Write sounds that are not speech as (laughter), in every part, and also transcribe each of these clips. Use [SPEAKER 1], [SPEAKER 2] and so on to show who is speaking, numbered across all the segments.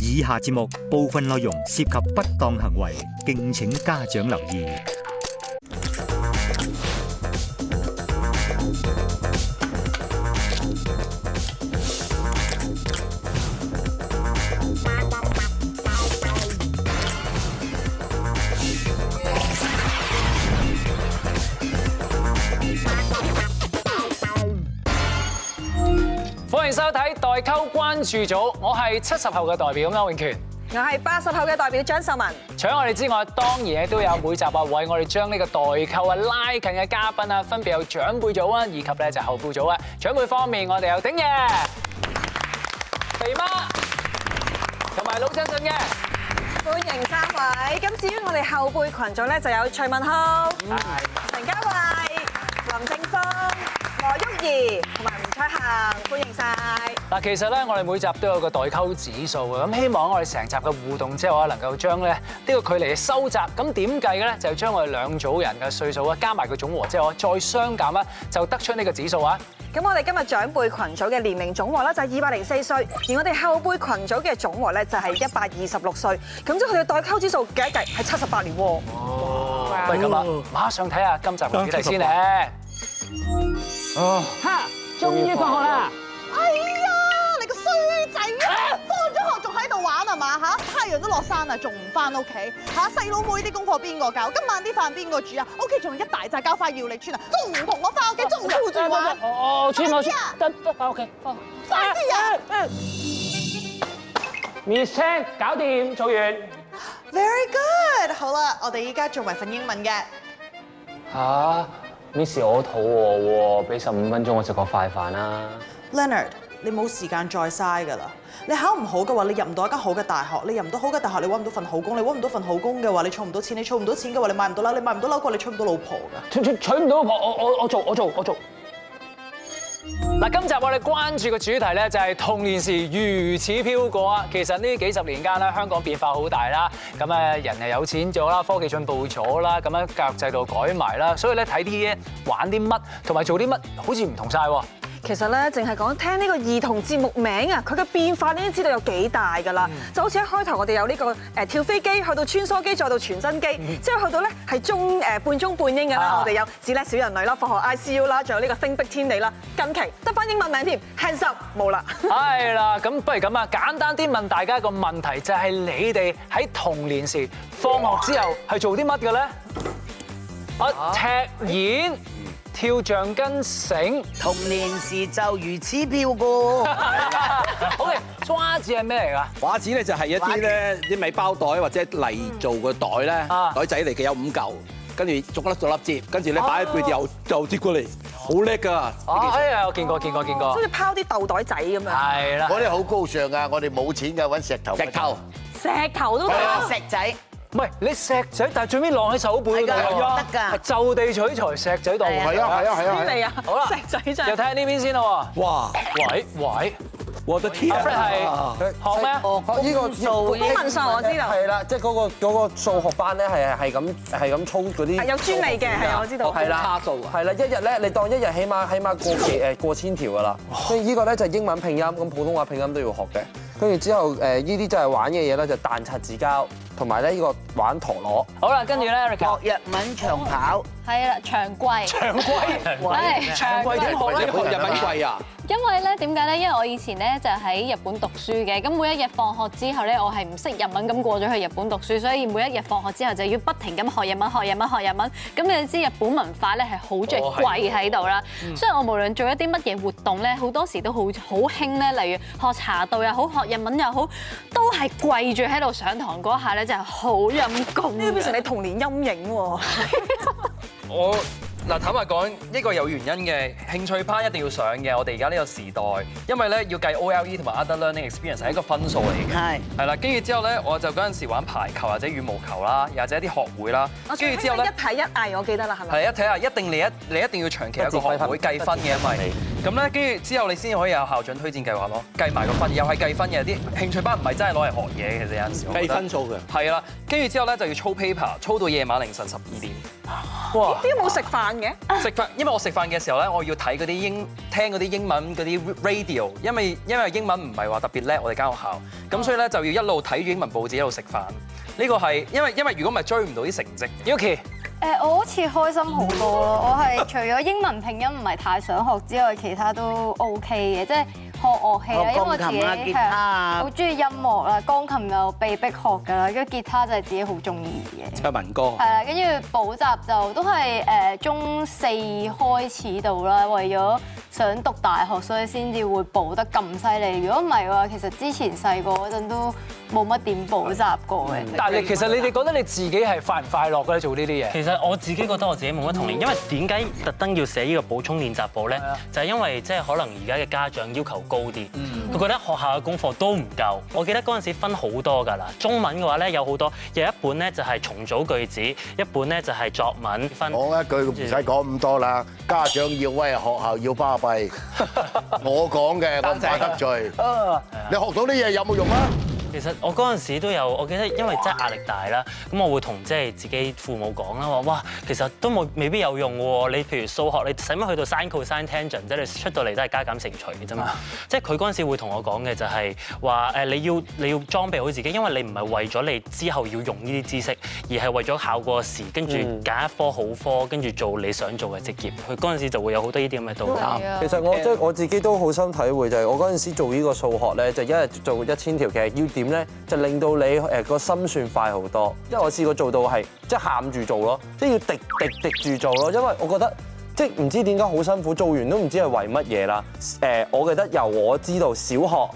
[SPEAKER 1] 以下節目部分內容涉及不當行為，敬請家長留意。
[SPEAKER 2] 歡迎收睇代溝關注組，我係七十後嘅代表歐永權。
[SPEAKER 3] 我係八十後嘅代表張秀文，
[SPEAKER 2] 除咗我哋之外，當然咧都有每集啊為我哋將呢個代溝啊拉近嘅嘉賓啊，分別有長輩組啊，以及咧就後輩組啊。長輩方面，我哋有鼎爺、肥媽同埋老振順嘅。
[SPEAKER 3] 歡迎三位。咁至於我哋後輩群組咧，就有徐文浩、陳嘉慧、林正峰、羅毓儀同埋吳卓恒，歡迎晒。
[SPEAKER 2] 嗱，其實咧，我哋每集都有個代溝指數嘅，咁希望我哋成集嘅互動之後啊，能夠將咧呢個距離收窄。咁點計嘅咧，就將我哋兩組人嘅歲數啊，加埋個總和之後，再相減啦，就得出呢個指數啊。
[SPEAKER 3] 咁我哋今日長輩群組嘅年齡總和咧就係二百零四歲，而我哋後輩群組嘅總和咧就係一百二十六歲。咁即係佢哋代溝指數計一計係七十八年喎。
[SPEAKER 2] 不如咁啦，馬上睇下今集嘅主題先咧。
[SPEAKER 4] 哈！終於放學啦！
[SPEAKER 5] 哎呀，你個衰仔啊！放咗學仲喺度玩啊嘛嚇，太陽都落山啦，仲唔翻屋企嚇？細佬妹啲功課邊個教？今晚啲飯邊個煮啊？屋企仲有一大扎膠花要你穿啊！仲唔同我翻屋企，仲顧住玩，
[SPEAKER 4] 我我穿我
[SPEAKER 5] 哎呀
[SPEAKER 4] 穿，得得翻屋企，翻
[SPEAKER 5] 快啲啊！
[SPEAKER 4] Miss Chan 搞掂，做完。
[SPEAKER 5] Very good，好啦，我哋依家做埋份英文嘅。
[SPEAKER 6] 吓 Miss 我好肚餓喎，俾十五分鐘我食個快飯啦。
[SPEAKER 5] Leonard，你冇時間再嘥㗎啦！你考唔好嘅話，你入唔到一間好嘅大學，你入唔到好嘅大學，你揾唔到份好工，你揾唔到份好工嘅話，你儲唔到錢，你儲唔到錢嘅話，你買唔到樓，你買唔到樓嘅話，你娶唔到老婆㗎。
[SPEAKER 4] 娶娶娶唔到老婆，我我我做我做我做。
[SPEAKER 2] 嗱，今集我哋關注嘅主題咧就係童年時如此飄過啊！其實呢幾十年間咧，香港變化好大啦，咁誒人又有錢咗啦，科技進步咗啦，咁樣教育制度改埋啦，所以咧睇啲嘢、玩啲乜同埋做啲乜，好似唔同晒喎。
[SPEAKER 3] 其實咧，淨係講聽呢個兒童節目名啊，佢嘅變化你都知道有幾大㗎啦。就好似一開頭我哋有呢個誒跳飛機，去到穿梭機，再到全身機，之後去到咧係中誒半中半英嘅
[SPEAKER 2] 啊
[SPEAKER 3] 啦。我哋有只叻小人類啦，放學 ICU 啦，仲有呢個星碧天地啦。近期得翻英文名添，hands up 冇啦。
[SPEAKER 2] 啊係啦，咁不如咁啊，簡單啲問大家一個問題，就係你哋喺童年時放學之後係做啲乜嘅咧？啊，踢毽、跳橡筋繩。
[SPEAKER 7] 童年時就如此飄過，
[SPEAKER 2] 好嘅，抓子係咩嚟㗎？
[SPEAKER 8] 畫紙咧就係一啲咧啲米包袋或者泥做嘅袋咧
[SPEAKER 2] 啊，
[SPEAKER 8] 袋仔嚟嘅有五嚿，跟住逐粒逐粒接，跟
[SPEAKER 9] 哦
[SPEAKER 8] 住咧擺喺背又又接過嚟，好叻啊㗎！
[SPEAKER 2] 哦，哎呀，我見過，見過，見過
[SPEAKER 3] 好，似拋啲豆袋仔咁樣，
[SPEAKER 2] 係
[SPEAKER 10] (laughs)
[SPEAKER 2] 啦。
[SPEAKER 10] 我哋好高尚噶，我哋冇錢噶，揾石頭。
[SPEAKER 8] 石頭
[SPEAKER 3] 石頭
[SPEAKER 11] 啊
[SPEAKER 3] 都得。
[SPEAKER 7] 石仔
[SPEAKER 2] 唔係你石仔，但係最尾落喺手背嗰度
[SPEAKER 7] 係㗎
[SPEAKER 2] 喎
[SPEAKER 7] 得㗎
[SPEAKER 2] 係就地取材石仔度。
[SPEAKER 7] 係
[SPEAKER 10] 係啊係啊係
[SPEAKER 3] 邊
[SPEAKER 10] 啊係
[SPEAKER 3] 味
[SPEAKER 10] 啊！
[SPEAKER 3] 啊？
[SPEAKER 2] 好啦
[SPEAKER 3] 石仔真
[SPEAKER 2] 又睇
[SPEAKER 3] 係。
[SPEAKER 2] 下呢邊先咯
[SPEAKER 8] 哇！
[SPEAKER 2] 喎。喂喂，
[SPEAKER 8] 我的天
[SPEAKER 2] 阿 Fred
[SPEAKER 8] 啊！
[SPEAKER 2] 係學咩啊？
[SPEAKER 7] 哦，呢個數
[SPEAKER 3] 公民數我知道
[SPEAKER 9] 係啦，即係嗰個嗰個數學班咧，係係咁係咁操嗰啲
[SPEAKER 3] 係有專利嘅係啊我知道
[SPEAKER 9] 係啦，
[SPEAKER 8] 差數啊
[SPEAKER 9] 係啦，一日咧，你當一日起碼起碼過幾誒過千條㗎啦。所以呢個咧就係英文拼音，咁普通話拼音都要學嘅。跟住之後誒，呢啲就係玩嘅嘢咧，就彈擦紙膠，同埋咧呢個玩陀螺。
[SPEAKER 2] 好啦，跟住咧，Erica
[SPEAKER 11] Oh，
[SPEAKER 7] 學日文長跑，
[SPEAKER 12] 係啦，長貴，
[SPEAKER 2] 長貴，
[SPEAKER 12] 係
[SPEAKER 2] 長貴點學
[SPEAKER 8] 你
[SPEAKER 2] 咧？
[SPEAKER 8] 學日文貴啊？
[SPEAKER 12] 因為咧點解咧？因為我以前咧就喺日本讀書嘅，咁每一日放學之後咧，我係唔識日文咁過咗去日本讀書，所以每一日放學之後就要不停咁學日文、學日文、學日文。咁你知日本文化咧係好着貴喺度啦，所以我無論做一啲乜嘢活動咧，好多時都好好興咧，例如學茶道又好，學日文又好，都係跪住喺度上堂嗰下咧，就係好陰功
[SPEAKER 3] 呢個變成
[SPEAKER 12] 嘅。
[SPEAKER 3] 你童年陰影喎，
[SPEAKER 13] 我嗱坦白講，呢個有原因嘅，興趣班一定要上嘅。我哋而家呢個時代，因為咧要計 OLE 同埋 Other Learning Experience 係一個分數嚟嘅。
[SPEAKER 7] 係
[SPEAKER 13] 係啦，跟住之後咧，我就嗰陣時玩排球或者羽毛球啦，又或者一啲學會啦。
[SPEAKER 3] 我
[SPEAKER 13] 跟
[SPEAKER 3] 最
[SPEAKER 13] 住
[SPEAKER 3] 之
[SPEAKER 13] 之後
[SPEAKER 3] 後
[SPEAKER 13] 咧
[SPEAKER 3] 一，睇一藝，我記得啦，係咪？
[SPEAKER 13] 係一睇下，一定你一你一定要長期有一個學會計分嘅，因為咁咧，跟住之後你先可以有校長推薦計劃咯，計埋個分，又係計分嘅。啲興趣班唔係真係攞嚟學嘢嘅，其實有陣時我覺
[SPEAKER 8] 計
[SPEAKER 13] 得
[SPEAKER 8] 分數嘅。
[SPEAKER 13] 係啦，跟住之後咧就要操 paper，操到夜晚凌晨十二點。哇！
[SPEAKER 3] 點解冇食飯嘅？
[SPEAKER 13] 食飯，因為我食飯嘅時候咧，我要睇嗰啲英聽嗰啲英文嗰啲 radio，因為因為英文唔係話特別叻，我哋間學校，
[SPEAKER 9] 嗯
[SPEAKER 13] 咁所以咧就要一路睇住英文報紙一路食飯。呢個係因為因為如果唔係追唔到啲成績。Yuki
[SPEAKER 14] 誒，我好似開心好多咯！我係除咗英文拼音唔係太想學之外，其他都 OK 嘅，即係學樂器啦，
[SPEAKER 7] 學
[SPEAKER 14] 因為我自
[SPEAKER 7] 鋼
[SPEAKER 14] 己
[SPEAKER 7] 琴啊吉他啊
[SPEAKER 14] 好中意音樂啦，鋼琴又被逼學㗎啦，跟住吉他就係自己好中意嘅。
[SPEAKER 8] 唱民歌。
[SPEAKER 14] 係啦，跟住補習就都係誒中四開始到啦，為咗想讀大學，所以先至會補得咁犀利。如果唔係嘅話，其實之前細個嗰陣都冇乜點補習過嘅。
[SPEAKER 2] 但係其實你哋覺得你自己係快唔快樂嘅咧？做呢啲嘢？
[SPEAKER 11] 其實我自己覺得我自己冇乜童年，因為點解特登要寫呢個補充練習簿咧？
[SPEAKER 7] 啊
[SPEAKER 11] 就係因為即係可能而家嘅家長要求高啲，
[SPEAKER 7] 嗯
[SPEAKER 11] 佢覺得學校嘅功課都唔夠。我記得嗰陣時分好多㗎啦，中文嘅話咧有好多，有一本咧就係重組句子，一本咧就係作文分。
[SPEAKER 10] 講一句唔使講咁多啦，家長要威，學校要巴
[SPEAKER 13] (laughs)
[SPEAKER 10] 閉。我講嘅，我唔怕得罪。你學到啲嘢有冇用啊？
[SPEAKER 11] 其實我嗰陣時都有，我記得因為真係壓力大啦，咁我會同即係自己父母講啦，話哇，其實都冇未必有用喎。你譬如數學，你使乜去到 sin、cosine、tangent 啫？你出到嚟都係加減乘除嘅啫嘛。即係佢嗰陣時會同我講嘅就係話誒，你要你要裝備好自己，因為你唔係為咗你之後要用呢啲知識，而係為咗考個試，跟住
[SPEAKER 9] 嗯
[SPEAKER 11] 揀一科好科，跟住做你想做嘅職業。佢嗰陣時就會有好多呢啲咁嘅道
[SPEAKER 7] 啊
[SPEAKER 11] 理。
[SPEAKER 12] 啊
[SPEAKER 9] 其實我即係我自己都好深體會，就係我嗰陣時做呢個數學咧，就一日做一千條，其實要點咧，就令到你誒個心算快好多。因為我試過做到係即係喊住做咯，即係要滴滴滴住做咯，因為我覺得。即係唔知點解好辛苦，做完都唔知係為乜嘢啦。誒，我記得由我知道小學誒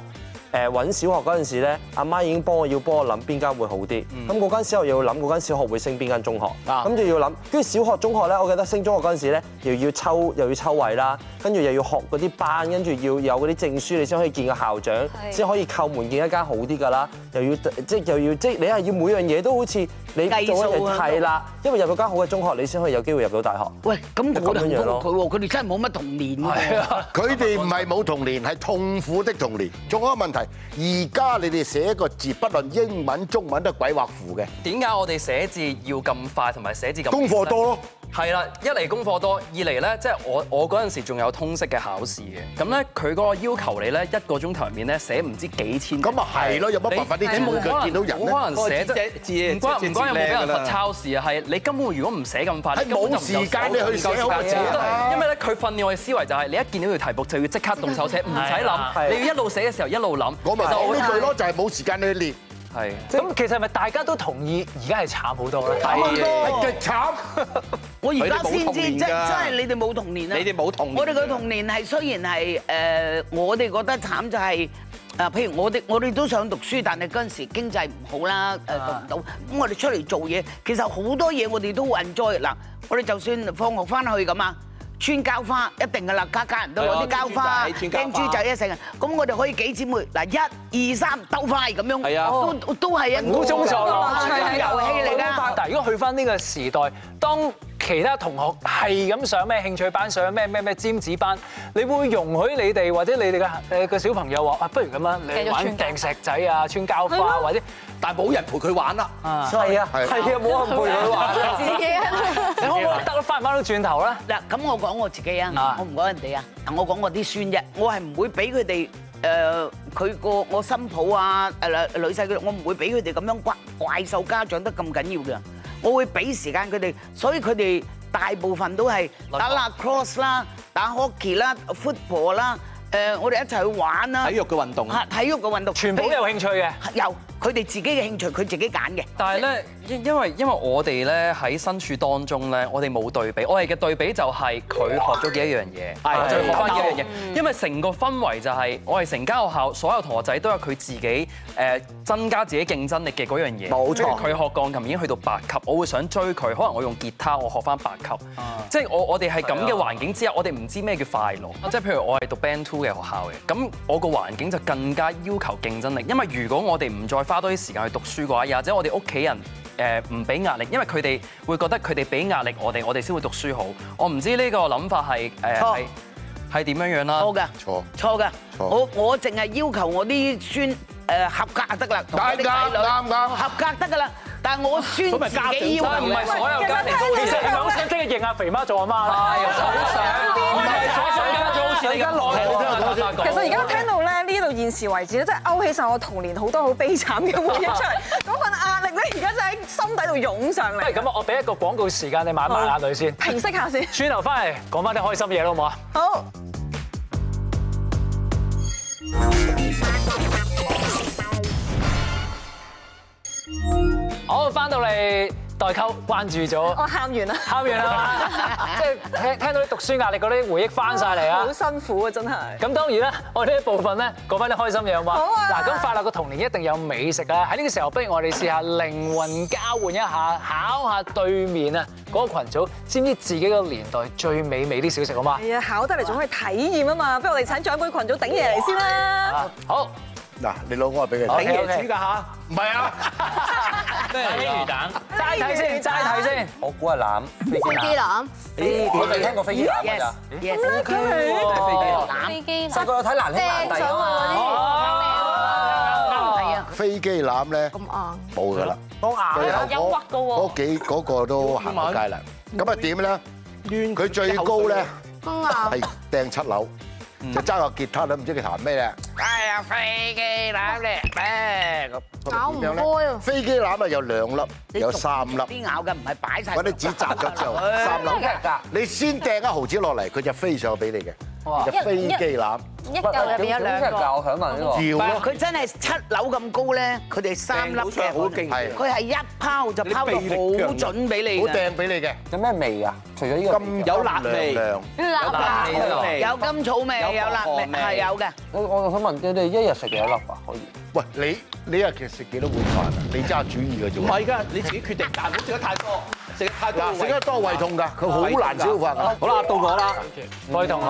[SPEAKER 9] 揾小學嗰陣時咧，阿媽已經幫我要幫我諗邊間會好啲。
[SPEAKER 7] 嗯
[SPEAKER 9] 咁嗰間小學又要諗嗰間小學會升邊間中學，咁就要諗。跟住小學、中學咧，我記得升中學嗰陣時咧，又要抽又要抽位啦，跟住又要學嗰啲班，跟住要有嗰啲證書，你先可以見個校長，先可以叩門見一間好啲㗎啦。又要即係又要即係你係要每樣嘢都好似你
[SPEAKER 7] 計
[SPEAKER 9] 做一
[SPEAKER 7] 數
[SPEAKER 9] 樣
[SPEAKER 7] 啊
[SPEAKER 9] 係啦，因為入到間好嘅中學，你先可以有機會入到大學。
[SPEAKER 7] 喂，咁
[SPEAKER 9] 就
[SPEAKER 7] 我哋
[SPEAKER 9] 樣
[SPEAKER 7] 好
[SPEAKER 9] 咯
[SPEAKER 7] 過佢喎，佢哋真係冇乜童年
[SPEAKER 10] 係
[SPEAKER 7] 喎。
[SPEAKER 10] 佢哋唔係冇童年，係痛苦的童年。仲有一個問題，而家你哋寫個字，不論英文、中文都鬼畫符嘅。
[SPEAKER 13] 點解我哋寫字要咁快同埋寫字咁？
[SPEAKER 10] 功課多咯。
[SPEAKER 13] 係啦，一嚟功課多，二嚟咧即係我我嗰陣時仲有通識嘅考試嘅，咁咧佢嗰個要求你咧一個鐘頭入面咧寫唔知幾千字。咁啊
[SPEAKER 10] 係咯有乜辦法
[SPEAKER 13] 你
[SPEAKER 10] 啲字
[SPEAKER 13] 冇
[SPEAKER 10] 佢
[SPEAKER 13] 可能
[SPEAKER 10] 見到人咧
[SPEAKER 13] 冇可能寫
[SPEAKER 10] 個字
[SPEAKER 13] 得
[SPEAKER 10] 字字
[SPEAKER 13] 唔關
[SPEAKER 10] 字
[SPEAKER 13] 唔關有冇俾人
[SPEAKER 10] 字靚㗎啦
[SPEAKER 13] 罰抄事啊，係你根本如果唔寫咁快，
[SPEAKER 10] 係
[SPEAKER 13] 你根本就唔夠
[SPEAKER 10] 冇時間你去寫
[SPEAKER 13] 唔夠時間
[SPEAKER 10] 好個字啊啦
[SPEAKER 13] 因為咧佢訓練我嘅思維就係你一見到條題目就要即刻動手寫，唔使
[SPEAKER 2] 係啊
[SPEAKER 13] 諗，你要一路寫嘅時候一路諗。
[SPEAKER 10] 我咪
[SPEAKER 13] 其實
[SPEAKER 10] 講呢句咯，就係冇時間去練。
[SPEAKER 13] 係。
[SPEAKER 2] 咁其實係咪大家都同意而家係慘好多咧？
[SPEAKER 13] 慘
[SPEAKER 7] 多
[SPEAKER 13] 好
[SPEAKER 10] 係極慘。
[SPEAKER 7] 我而家先知，即
[SPEAKER 2] 佢哋冇童年㗎
[SPEAKER 7] 真係你哋冇童年啊！
[SPEAKER 2] 你哋冇童年㗎
[SPEAKER 7] 我哋個童年係雖然係誒、呃我哋覺得慘就係、啊，譬如我哋我哋都想讀書，但係嗰陣時經濟唔好啦，誒
[SPEAKER 5] 啊
[SPEAKER 7] 讀唔到，咁我哋出嚟做嘢，其實好多嘢我哋都 enjoy 嗱，我哋就算放學翻去咁啊，穿膠花一定㗎啦，家家人都
[SPEAKER 8] 係
[SPEAKER 7] 有
[SPEAKER 8] 啊
[SPEAKER 7] 啲膠花、
[SPEAKER 8] 穿膠花
[SPEAKER 7] 釘珠仔一成啊，咁我哋可以幾姊妹嗱一二三鬥快咁
[SPEAKER 2] 係啊
[SPEAKER 7] 樣，都都係一個
[SPEAKER 2] 好中
[SPEAKER 7] 遊戲
[SPEAKER 2] 咗啦，
[SPEAKER 7] 嚟㗎。
[SPEAKER 2] 但係如果去翻呢個時代，當其他同學係咁上咩興趣班、上咩咩咩尖子班，你會容許你哋或者你哋嘅誒個小朋友話啊，不如咁啦，
[SPEAKER 13] 繼
[SPEAKER 2] 你
[SPEAKER 13] 續
[SPEAKER 2] 玩
[SPEAKER 13] 穿
[SPEAKER 2] 掟石仔啊、穿膠
[SPEAKER 13] 係
[SPEAKER 2] 花啊
[SPEAKER 13] 咯
[SPEAKER 2] 或者，
[SPEAKER 8] 但係冇人陪佢玩啦。
[SPEAKER 2] 係啊係啊，冇人陪佢玩啊。你可唔可以得翻唔翻到轉頭咧？
[SPEAKER 7] 嗱，咁我講我自己啊，我唔講人哋啊，我講我啲孫啫，我係唔會俾佢哋誒佢個我新抱啊誒女婿佢哋，我唔會俾佢哋咁樣怪怪獸家長得咁緊要嘅，我會俾時間佢哋，所以佢哋大部分都係打啦 cross 啦，打 hockey 啦，football ờ, 啦。誒，我哋一齊去玩啦！
[SPEAKER 13] 體育嘅運動
[SPEAKER 8] À.
[SPEAKER 7] 嚇體育嘅運動，
[SPEAKER 13] 全部都有興趣嘅
[SPEAKER 7] 有佢哋自己嘅興趣，佢自己揀嘅。
[SPEAKER 13] 但係咧，因因為因為我哋咧喺身處當中咧，我哋冇對比，我哋嘅對比就係佢學咗幾一樣嘢，啊
[SPEAKER 8] 係
[SPEAKER 13] 我就學翻幾樣嘢。因為成個氛圍就係我哋成間學校所有同學仔都有佢自己誒增加自己競爭力嘅嗰樣嘢。
[SPEAKER 8] 冇錯
[SPEAKER 13] 譬如佢學鋼琴已經去到八級，我會想追佢，可能我用吉他我學翻八級。即係我我哋係咁嘅環境之下，我哋唔知咩叫快樂。即係譬如我係讀 Band Two 嘅學校嘅，咁我個環境就更加要求競爭力。因為如果我哋唔再花多啲時間去讀書嘅話，又或者我哋屋企人誒唔俾壓力，因為佢哋會覺得佢哋俾壓力我哋，我哋先會讀書好。我唔知呢個諗法係誒
[SPEAKER 7] 錯
[SPEAKER 13] 係係點樣樣
[SPEAKER 2] 啊
[SPEAKER 13] 啦。
[SPEAKER 7] 錯㗎，
[SPEAKER 10] 錯
[SPEAKER 7] 錯㗎。
[SPEAKER 13] 錯
[SPEAKER 7] 我我淨係要求我啲孫誒合格就得啦，同我啲仔女
[SPEAKER 10] 啱啱啱
[SPEAKER 7] 合格得㗎啦。但係我孫
[SPEAKER 2] 咁咪家長
[SPEAKER 7] 自己要
[SPEAKER 2] 唔係所有家庭都會
[SPEAKER 7] 其實
[SPEAKER 2] 好想即刻認阿肥媽做阿媽啦，係
[SPEAKER 3] 唔係
[SPEAKER 2] 好想家長好似你咁
[SPEAKER 3] 其實而家聽到咧呢度現時為止咧，真係勾起晒我童年好多好悲慘嘅回憶出嚟。嗰份壓力咧，而家真係喺心底度湧上
[SPEAKER 2] 不如
[SPEAKER 3] 嚟。
[SPEAKER 2] 咁啊，我俾一個廣告時間你抹一抹眼淚先，
[SPEAKER 3] 平息下先。
[SPEAKER 2] 轉頭翻嚟講翻啲開心嘢啦，好唔好啊？
[SPEAKER 3] 好。
[SPEAKER 2] 好，翻到嚟代溝關注組。
[SPEAKER 3] 我喊完啦，
[SPEAKER 2] 喊完啦，即係聽聽到啲讀書壓力嗰啲回憶翻晒嚟啊
[SPEAKER 3] 好！辛苦啊，真係。
[SPEAKER 2] 咁當然啦，我呢一部分咧講翻啲開心嘢好嘛。
[SPEAKER 3] 好啊
[SPEAKER 2] 嗱，咁快樂嘅童年一定有美食啊！喺呢個時候，不如我哋試下靈魂交換一下，考下對面啊嗰個羣組，知唔知自己個年代最美味啲小食好嘛？
[SPEAKER 3] 係啊，考得嚟仲可以體驗啊嘛，不如我哋請長輩群組頂嘢嚟先啦。
[SPEAKER 2] 好，
[SPEAKER 10] 嗱，你攞嗰個俾佢
[SPEAKER 2] 頂
[SPEAKER 10] 睇。
[SPEAKER 2] 嘢煮㗎嚇，
[SPEAKER 10] 唔係啊，
[SPEAKER 2] 咩魚蛋？
[SPEAKER 3] 齋
[SPEAKER 2] 睇先，齋睇先。
[SPEAKER 15] 我估係攬飛機
[SPEAKER 14] 飛機籃
[SPEAKER 15] 咦，我未聽過飛機籃㗎咋？
[SPEAKER 7] Yes，
[SPEAKER 15] 咦
[SPEAKER 7] 佢
[SPEAKER 14] 飛機
[SPEAKER 15] 細個有睇難兄難弟啊嘛。
[SPEAKER 14] 係啊，
[SPEAKER 10] 飛機攬咧
[SPEAKER 14] 咁硬。
[SPEAKER 10] 冇㗎啦，
[SPEAKER 14] 好硬啊
[SPEAKER 10] 最後嗰
[SPEAKER 14] 有屈㗎喎
[SPEAKER 10] 嗰幾嗰個都行咗街啦。咁啊點咧？佢最高咧
[SPEAKER 14] 公啊
[SPEAKER 10] 係掟七樓，就揸個吉他都唔知佢彈咩咧。
[SPEAKER 7] 哎呀，飛機攬咧，咩咁？
[SPEAKER 10] 搞唔開啊！飛機攬啊有兩粒，有三粒。
[SPEAKER 7] 啲咬嘅唔係擺晒。
[SPEAKER 10] 揾啲紙紮咗之
[SPEAKER 7] (laughs)
[SPEAKER 10] 後，三粒
[SPEAKER 7] 真係㗎。
[SPEAKER 10] 你先掟一毫子落嚟，佢就飛上俾你
[SPEAKER 7] 哇
[SPEAKER 10] 嘅，就飛機攬。
[SPEAKER 7] 一
[SPEAKER 2] Vâng,
[SPEAKER 7] 嚿入邊有兩個
[SPEAKER 9] 我想問呢個。
[SPEAKER 10] 要咯
[SPEAKER 7] 佢真係七樓咁高咧，佢哋三粒嘅，
[SPEAKER 10] 係
[SPEAKER 8] à.
[SPEAKER 7] 佢係一拋就拋到好準俾你㗎，
[SPEAKER 10] 俾你嘅。
[SPEAKER 9] 有咩味啊？除咗呢個咁
[SPEAKER 7] 有辣味有辣味有甘草味，有辣味，係有嘅。。
[SPEAKER 9] 我我想問你哋一日食幾多粒啊？可以？
[SPEAKER 10] 喂，你你一日其實食幾多碗飯啊？你揸主意嘅啫喎。
[SPEAKER 8] 唔係㗎，你自己決定，但唔好食得太多，食得太多
[SPEAKER 10] 嗱，食得多胃痛㗎，佢好難消化㗎。
[SPEAKER 8] 好啦，到我啦，
[SPEAKER 2] 各位同學，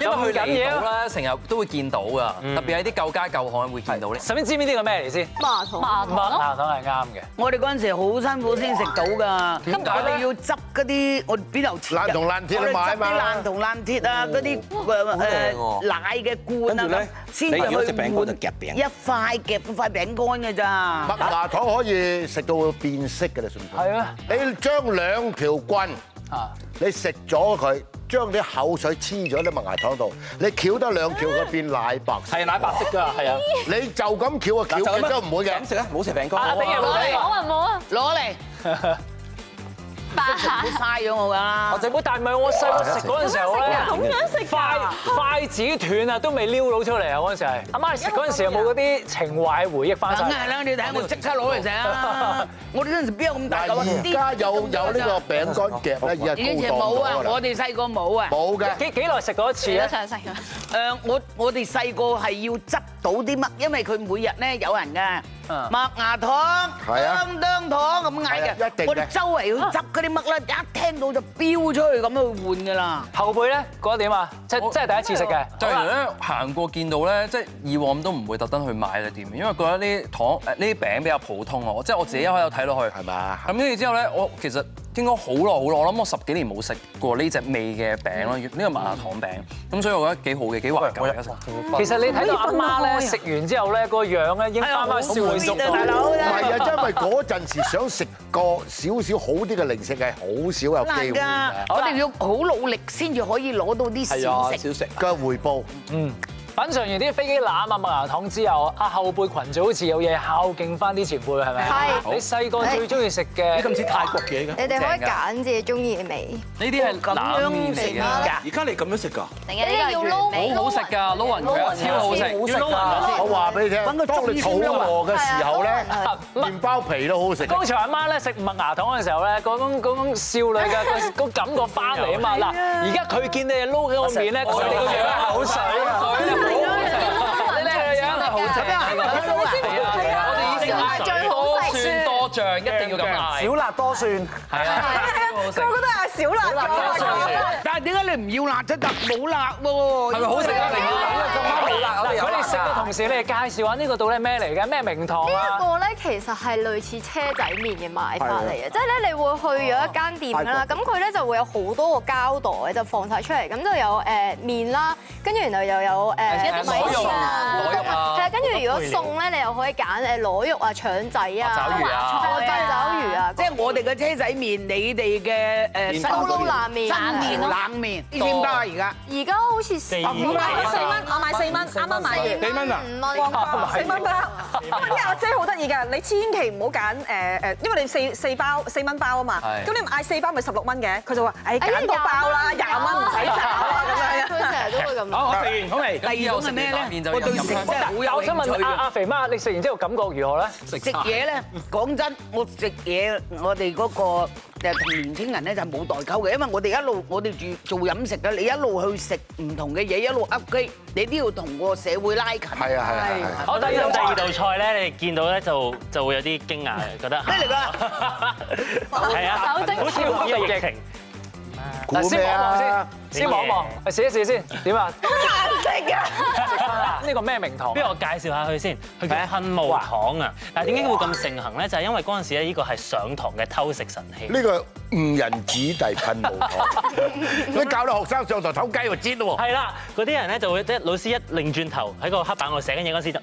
[SPEAKER 13] 因為佢
[SPEAKER 2] 咁緊
[SPEAKER 13] 離
[SPEAKER 2] 要啊嗯
[SPEAKER 13] 島啦，成日都會見到噶，特別係啲舊街舊巷會見到咧。
[SPEAKER 2] 首先知唔知呢個咩嚟先？
[SPEAKER 7] 麻糖
[SPEAKER 2] 麻糖係啱嘅。
[SPEAKER 7] 我哋嗰陣時好辛苦先食到㗎，
[SPEAKER 2] 點解
[SPEAKER 7] 我
[SPEAKER 2] 咧
[SPEAKER 7] 哋要執嗰啲我邊度切㗎
[SPEAKER 10] 爛銅爛鐵去買嘛
[SPEAKER 7] 我哋執啲爛銅爛鐵啊，嗰啲誒
[SPEAKER 10] 靚喎
[SPEAKER 7] 誒奶嘅罐啊
[SPEAKER 10] 跟住咧
[SPEAKER 7] 咁，先
[SPEAKER 10] 你
[SPEAKER 7] 至
[SPEAKER 10] 如果食
[SPEAKER 7] 去
[SPEAKER 10] 餅乾就夾
[SPEAKER 7] 換
[SPEAKER 10] 餅
[SPEAKER 7] 一塊夾塊餅乾㗎咋。
[SPEAKER 10] 麥芽糖可以食到會變色㗎，你信唔信？
[SPEAKER 7] 係啊
[SPEAKER 10] 你將兩條棍，你食咗佢，將啲口水黐咗啲麥芽糖度，你翹得兩翹佢變奶白色。係
[SPEAKER 8] 奶白色㗎，係啊。
[SPEAKER 10] 你就咁翹啊，翹嘅都唔會嘅。咁
[SPEAKER 8] 食啦，唔好食餅
[SPEAKER 7] 啊俾人攞嚟
[SPEAKER 12] 講啊，冇啊，
[SPEAKER 7] 攞嚟。唔好嘥咗我㗎啦
[SPEAKER 2] 我！整杯，但唔係我細個食嗰陣時候咧，
[SPEAKER 7] 咁樣食㗎
[SPEAKER 2] 筷筷子斷啊，都未撩到出嚟啊！嗰陣時係，阿媽你食嗰陣時有冇嗰啲情懷回憶翻晒？
[SPEAKER 7] 梗係啦，你睇下我即刻攞嚟食啊！我哋嗰陣時邊有咁大嚿啊？
[SPEAKER 10] 嗱，而家有有呢個餅乾夾咧，而
[SPEAKER 7] 以
[SPEAKER 10] 家
[SPEAKER 7] 前
[SPEAKER 10] 高
[SPEAKER 7] 冇
[SPEAKER 10] 檔咗
[SPEAKER 7] 啊
[SPEAKER 10] 㗎，啦
[SPEAKER 7] 我哋細個冇啊。
[SPEAKER 10] 冇嘅幾
[SPEAKER 2] 幾耐食過一次啊
[SPEAKER 14] 想食啊！
[SPEAKER 7] 誒，我我哋細個係要執到啲乜，因為佢每日咧有人㗎，麥芽糖、
[SPEAKER 10] 係啊
[SPEAKER 7] 當當糖咁嗌
[SPEAKER 10] 係啊一
[SPEAKER 7] 嘅。
[SPEAKER 10] 定嘅
[SPEAKER 7] 我哋周圍去執嗰啲乜咧，一聽到就飆出去咁去換㗎啦。
[SPEAKER 2] 後輩咧覺得點啊？即即係第一次食嘅。
[SPEAKER 13] 對嚟咧行過見到咧，即係以往都唔會特登去買嘅店，因為覺得呢啲糖誒呢啲餅比較普通咯。即係我自己一開頭睇落去，
[SPEAKER 10] 係嘛？
[SPEAKER 13] 咁跟住之後咧，我其實應該好耐好耐，我諗我十幾年冇食過呢只味嘅餅咯，呢個麻辣糖餅。咁所以我覺得幾好嘅，幾懷舊嘅食。
[SPEAKER 2] 其實你睇到阿媽
[SPEAKER 7] 啊
[SPEAKER 2] 咧食完之後咧個樣咧，
[SPEAKER 7] 哎
[SPEAKER 2] 應翻翻笑會熟
[SPEAKER 10] 唔係啊，因為嗰陣時想食個少少好啲嘅零食係好少有
[SPEAKER 7] 難
[SPEAKER 10] 機會
[SPEAKER 7] 㗎
[SPEAKER 10] 嘅，。
[SPEAKER 7] 我哋要好努力先至可以攞到啲小食。
[SPEAKER 10] 食嘅回報。
[SPEAKER 2] 嗯。品嚐完啲飛機攬啊麥芽糖之後，阿後輩群組好似有嘢孝敬翻啲前輩係咪？啊
[SPEAKER 14] 係
[SPEAKER 2] 你細個最中意食嘅？
[SPEAKER 14] 你咁似泰國
[SPEAKER 8] 嘢
[SPEAKER 14] 你哋可以揀自己中意嘅味。
[SPEAKER 13] 呢啲係
[SPEAKER 14] 咁樣麵嚟㗎
[SPEAKER 8] 而家你咁樣食㗎？
[SPEAKER 14] 定係呢個要撈味
[SPEAKER 13] 好好食㗎，撈雲
[SPEAKER 14] 撈
[SPEAKER 13] 佢
[SPEAKER 14] 雲
[SPEAKER 13] 超好食，要撈雲
[SPEAKER 10] 我話俾你聽，當你肚餓嘅時候咧，麵包皮都好食。啊
[SPEAKER 2] 剛才阿媽咧食麥芽糖嘅時候咧，嗰種嗰種少女嘅嗰嗰感覺翻嚟啊嘛！嗱，而家佢見你係撈緊個面咧，佢哋個樣口水啊！你哋樣好正，我哋以前嗌最好
[SPEAKER 13] 蒜多醬一定要咁嗌，
[SPEAKER 15] 小辣多蒜。
[SPEAKER 13] 係啊，好食。
[SPEAKER 3] 我覺得係啊小辣椒。
[SPEAKER 7] 但係點解你唔要辣啫？得冇辣喎。
[SPEAKER 2] 係咪好食啊？
[SPEAKER 7] 你
[SPEAKER 2] 嗱，佢哋食嘅同時，你哋介紹下呢個到底咩嚟嘅？咩名堂
[SPEAKER 14] 呢一
[SPEAKER 2] 啊？
[SPEAKER 14] 個咧其實係類似車仔麵嘅買法嚟
[SPEAKER 2] 係
[SPEAKER 14] 嘅，
[SPEAKER 2] 啊
[SPEAKER 14] 即係咧你會去咗一間店㗎啦，咁佢咧就會有好多個膠袋就呃放晒出嚟，呃咁就有誒麵啦，跟住然後又有誒一啲米線啊，係啊，跟住如果餸咧，你又可以揀誒螺肉啊、腸仔啊、
[SPEAKER 7] 啊
[SPEAKER 14] 華菜啊、雞爪魚啊，
[SPEAKER 7] 即係我哋嘅車仔麵，你哋嘅誒
[SPEAKER 14] 麵包都要冷麵
[SPEAKER 7] 新麵冷麵麵包啊而家。
[SPEAKER 14] 而家好似四
[SPEAKER 7] 蚊
[SPEAKER 3] 四蚊，我買四蚊，啱啱買完。
[SPEAKER 7] 四蚊啊
[SPEAKER 3] 光包四蚊包。因為啲阿姐好得意㗎，你千祈唔好揀誒誒，因為你四四包四蚊包啊嘛，
[SPEAKER 7] 係
[SPEAKER 3] 咁你嗌四包咪十六蚊嘅，佢就話誒揀到爆啦，廿蚊唔使找啦
[SPEAKER 12] (laughs)
[SPEAKER 3] 咁樣。
[SPEAKER 14] 佢成日都會咁諗。
[SPEAKER 2] 好我食完好未？
[SPEAKER 7] 第二種係咩咧？我對食真係好有
[SPEAKER 2] 但
[SPEAKER 7] 興
[SPEAKER 2] 我想
[SPEAKER 7] 趣
[SPEAKER 2] 問阿
[SPEAKER 7] 嘅
[SPEAKER 2] 阿。肥媽，你食完之後感覺如何咧？食
[SPEAKER 7] 食嘢咧，講真，我食嘢我哋嗰個誒同年青人咧就冇代溝嘅，因為我哋一路我哋住做飲食嘅，你一路去食唔同嘅嘢，一路 upgrade，你都要同個社會拉近。係
[SPEAKER 10] 啊係啊係
[SPEAKER 11] 我第二第二道菜咧，你見到咧就就會有啲驚訝，覺得咩嚟 (laughs) 㗎？係啊，
[SPEAKER 2] 手蒸
[SPEAKER 11] 好似冇呢個疫 (laughs) 情。
[SPEAKER 2] 嗱
[SPEAKER 10] 啊
[SPEAKER 2] 先望望
[SPEAKER 13] 啊
[SPEAKER 2] 先，先望望，試一試先，
[SPEAKER 13] (laughs)
[SPEAKER 2] 點啊？呢個咩名堂？
[SPEAKER 11] 不如我介紹下佢先，佢叫噴霧糖啊！但係點解會咁盛行咧？就係因為嗰陣時咧，呢個係上堂嘅偷食神器。
[SPEAKER 10] 呢個誤人子弟噴霧糖，你教到學生上堂偷雞喎，知咯喎。
[SPEAKER 11] 係啦，嗰啲人咧就會即係老師一擰轉頭喺個黑板度寫緊嘢嗰時就。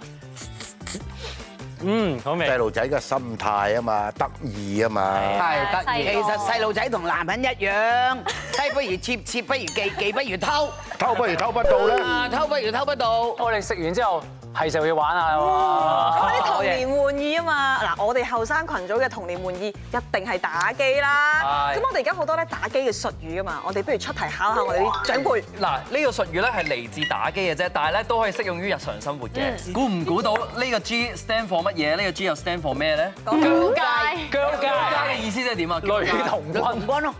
[SPEAKER 11] 嗯，好味。
[SPEAKER 10] 細路仔嘅心態啊嘛，得意啊嘛。
[SPEAKER 7] 係得意。
[SPEAKER 10] 細
[SPEAKER 7] 其
[SPEAKER 10] 個
[SPEAKER 7] 實細路仔同男人
[SPEAKER 2] (laughs)
[SPEAKER 7] 一樣，低不如切，切不如記，記不如偷。
[SPEAKER 10] 偷不如偷不到咧。
[SPEAKER 7] 啊，偷不如偷不到。
[SPEAKER 2] 我哋食完之後係就要玩下啦。
[SPEAKER 3] 咁啲童年玩意啊嘛，嗱，我哋後生群組嘅童年玩意一定係打機啦。
[SPEAKER 13] 係
[SPEAKER 3] 咁我哋而家好多咧打機嘅術語啊嘛，我哋不如出題考下我哋啲長輩。
[SPEAKER 13] 嗱，呢個術語咧係嚟自打機嘅啫，但係咧都可以適用於日常生活嘅。估唔估到呢個 G stand for 乜嘢？呢個 G 又 stand for 咩咧？
[SPEAKER 2] 僵街，僵街
[SPEAKER 13] 嘅意思即係點啊？
[SPEAKER 2] 女童軍，
[SPEAKER 7] 軍咯。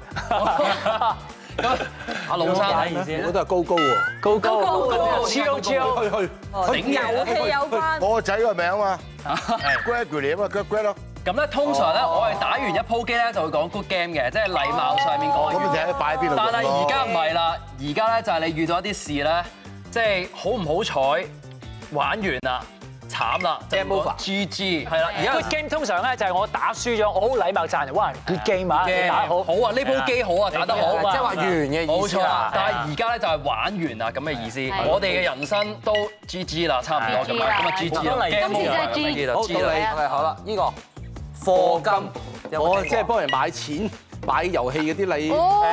[SPEAKER 13] 咁阿老生，
[SPEAKER 8] 我都係高高喎，
[SPEAKER 2] 高高
[SPEAKER 13] 高高
[SPEAKER 2] 超超
[SPEAKER 8] 去去
[SPEAKER 13] 整人
[SPEAKER 3] 哦遊戲有關
[SPEAKER 10] 我仔個名啊嘛，Gregory 啊嘛，Greg 咯。
[SPEAKER 13] 咁咧通常咧，我係打完一鋪機咧就會講 good game 嘅，即係禮貌上面講。
[SPEAKER 10] 咁你睇擺喺邊度
[SPEAKER 13] 但
[SPEAKER 10] 用咯
[SPEAKER 13] 係而家唔係啦，而家咧就係你遇到一啲事咧，即係好唔好彩玩完啦，慘啦就
[SPEAKER 2] Game over
[SPEAKER 13] GG 係啦，而家
[SPEAKER 2] good game 通常咧就係我打輸咗，我好禮貌讚人，哇，good game 啊，你
[SPEAKER 13] game
[SPEAKER 2] 打得好，
[SPEAKER 13] 好啊，呢鋪機好啊，打得好啊，
[SPEAKER 9] 即係話完嘅意思啦
[SPEAKER 13] 冇錯啦
[SPEAKER 9] 係啊，
[SPEAKER 13] 但係而家咧就係玩完啦咁嘅意思
[SPEAKER 2] 係。
[SPEAKER 13] 我哋嘅人生都 GG 啦，差唔多咁樣，咁啊 GG 啦，game over 咁嘅意思
[SPEAKER 9] 好
[SPEAKER 13] 就
[SPEAKER 9] 到
[SPEAKER 13] G
[SPEAKER 9] 你
[SPEAKER 13] 啦。
[SPEAKER 9] 係好啦，呢個
[SPEAKER 8] 課啊金，我即係幫人買錢買遊戲嗰啲你。
[SPEAKER 12] 哦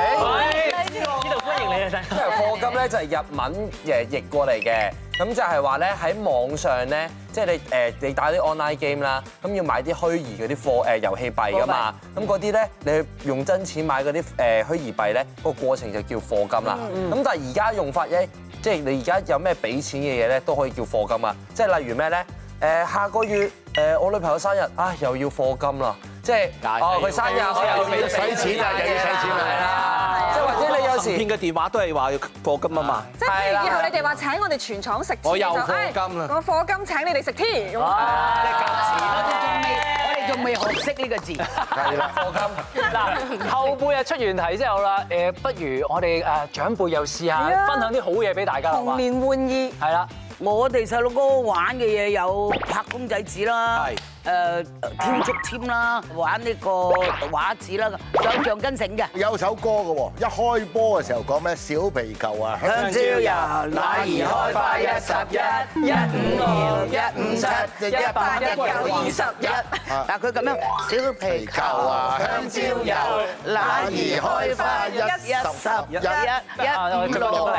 [SPEAKER 11] 呢度歡迎你啊， (laughs) 真
[SPEAKER 9] 因為課金咧就係日文誒譯過嚟嘅，咁就係話咧喺網上咧，即係你誒你打啲 online game 啦，咁要買啲虛擬嗰啲貨誒遊戲幣噶嘛，咁嗰啲咧你去用真錢買嗰啲誒虛擬幣咧，個過程就叫課金啦。
[SPEAKER 15] 嗯
[SPEAKER 9] 咁但係而家用法咧，即係你而家有咩俾錢嘅嘢咧，都可以叫課金啊。即係例如咩咧？誒下個月誒我女朋友生日啊，又要課金啦。即係哦佢生日我又要啊俾啊係啦，即係或者你有時。
[SPEAKER 8] 片嘅電話都係話要課金啊嘛。
[SPEAKER 3] 即係譬如以後你哋話請我哋全廠食，
[SPEAKER 8] 我又課金啦
[SPEAKER 3] 我課金請你哋食 tea 咁
[SPEAKER 7] 我哋仲未學識呢個字。
[SPEAKER 10] 係啦，
[SPEAKER 2] 嗱，後輩啊出完題之後啦，誒，不如我哋誒長輩又試下
[SPEAKER 7] 係啊
[SPEAKER 2] 分享啲好嘢俾大家啦，好嘛？
[SPEAKER 3] 年玩意
[SPEAKER 2] 係啦，
[SPEAKER 7] 我哋細路哥玩嘅嘢有拍公仔紙啦，誒天竹籤啦，玩呢個畫紙啦，仲有橡筋繩嘅。
[SPEAKER 10] 有首歌嘅喎，一開波嘅時候講咩？小皮球啊，
[SPEAKER 7] 香蕉油
[SPEAKER 15] 奶兒開花一十一一五六一五七一八一九二十一
[SPEAKER 7] 嗱，佢咁樣小皮球
[SPEAKER 15] 啊香蕉油奶兒開花一
[SPEAKER 7] 一
[SPEAKER 15] 十
[SPEAKER 7] 十一
[SPEAKER 15] 一
[SPEAKER 7] 一五六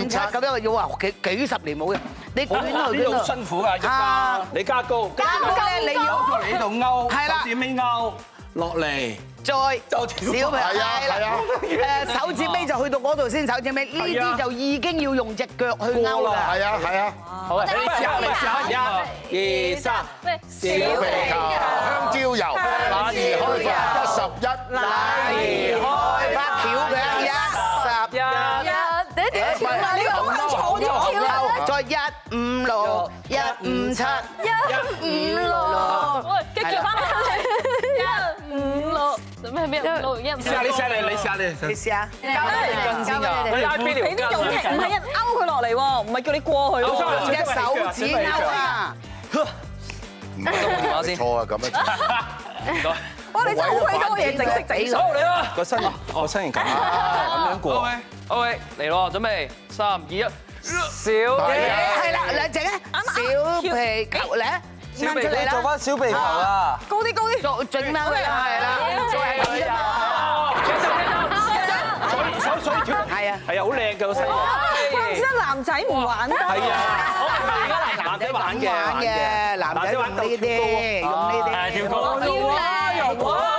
[SPEAKER 8] 一五七
[SPEAKER 7] 咁樣要話幾幾十年冇嘅，你捲
[SPEAKER 8] 呢
[SPEAKER 7] 去
[SPEAKER 8] 度
[SPEAKER 7] 邊
[SPEAKER 8] 好
[SPEAKER 7] 度
[SPEAKER 8] 辛苦㗎，要加你加高，
[SPEAKER 7] 加高咧你要
[SPEAKER 8] 由呢度勾，
[SPEAKER 7] 係啦
[SPEAKER 8] 手指尾勾落嚟，
[SPEAKER 7] 再
[SPEAKER 8] 就
[SPEAKER 7] 小皮
[SPEAKER 8] 跳
[SPEAKER 7] 係啦，誒手指尾就去到嗰度先，手指尾呢啲就已經要用隻腳去勾啦。
[SPEAKER 10] 係啊係啊，
[SPEAKER 2] 好啊，
[SPEAKER 10] 你試下你試下，一、二、三，小皮球，香蕉油，奶兒開花一十一，奶兒開花
[SPEAKER 7] 橋嘅一十
[SPEAKER 2] 一。
[SPEAKER 12] Dạ,
[SPEAKER 7] 你點跳啊？你好香草咗，再一五六一五七
[SPEAKER 12] 一五六，喂，跟住翻嚟，一五六，做咩咩五六一五六？
[SPEAKER 8] 試下你試下你你試下你，
[SPEAKER 7] 你試下，
[SPEAKER 3] 樣。俾啲勇氣，唔係人勾佢落嚟喎，唔係叫你過去喎。
[SPEAKER 7] 隻手指勾啊！
[SPEAKER 10] 唔錯啊，咁啊，
[SPEAKER 3] 哇，你真係好鬼多嘢整識整數。
[SPEAKER 13] 好你啦，
[SPEAKER 8] 個身哦身形 (laughs) 咁咁樣過。
[SPEAKER 13] 好喂，嚟咯，準備三二一，小
[SPEAKER 2] 啊 Dạ.
[SPEAKER 7] 係啦，兩隻咧，小皮鼻球咧，
[SPEAKER 15] 小
[SPEAKER 7] 掹
[SPEAKER 15] 鼻
[SPEAKER 7] 出嚟
[SPEAKER 15] 球
[SPEAKER 7] 啦，
[SPEAKER 15] 做返小鼻球啊！
[SPEAKER 7] 高啲高啲，做盡啦，係啦，係啦，
[SPEAKER 8] 手水跳，
[SPEAKER 7] 係啊，
[SPEAKER 8] 係啊，好靚嘅個身
[SPEAKER 3] 怪唔之得男仔唔玩得。
[SPEAKER 8] 係啊，我明白而家男仔玩嘅，
[SPEAKER 7] 玩嘅，男仔用呢啲，用呢啲，
[SPEAKER 11] 係跳高。
[SPEAKER 2] 啊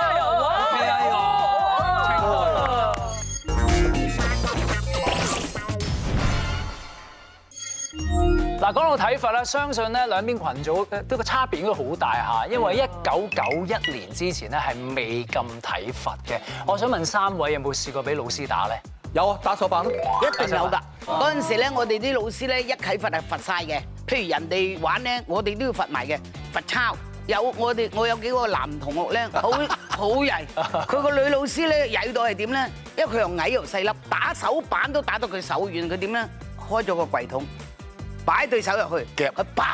[SPEAKER 2] 嗱，講到睇法咧，相信咧兩邊群組呃都個差別應該好大下，因為一九九一年之前咧係未禁體罰嘅。我想問三位有冇試過俾老師打咧？
[SPEAKER 8] 有啊，打手板。
[SPEAKER 7] 一定有㗎。嗰陣時咧，我哋啲老師咧一啟罰係罰晒嘅，譬如人哋玩咧，我哋都要罰埋嘅，罰抄。有我哋我有幾個男同學咧，好好曳，佢個女老師咧曳到係點咧？因為佢又矮又細粒，打手板都打到佢手軟，佢點咧？開咗個櫃桶，擺對手入去，夾佢爆。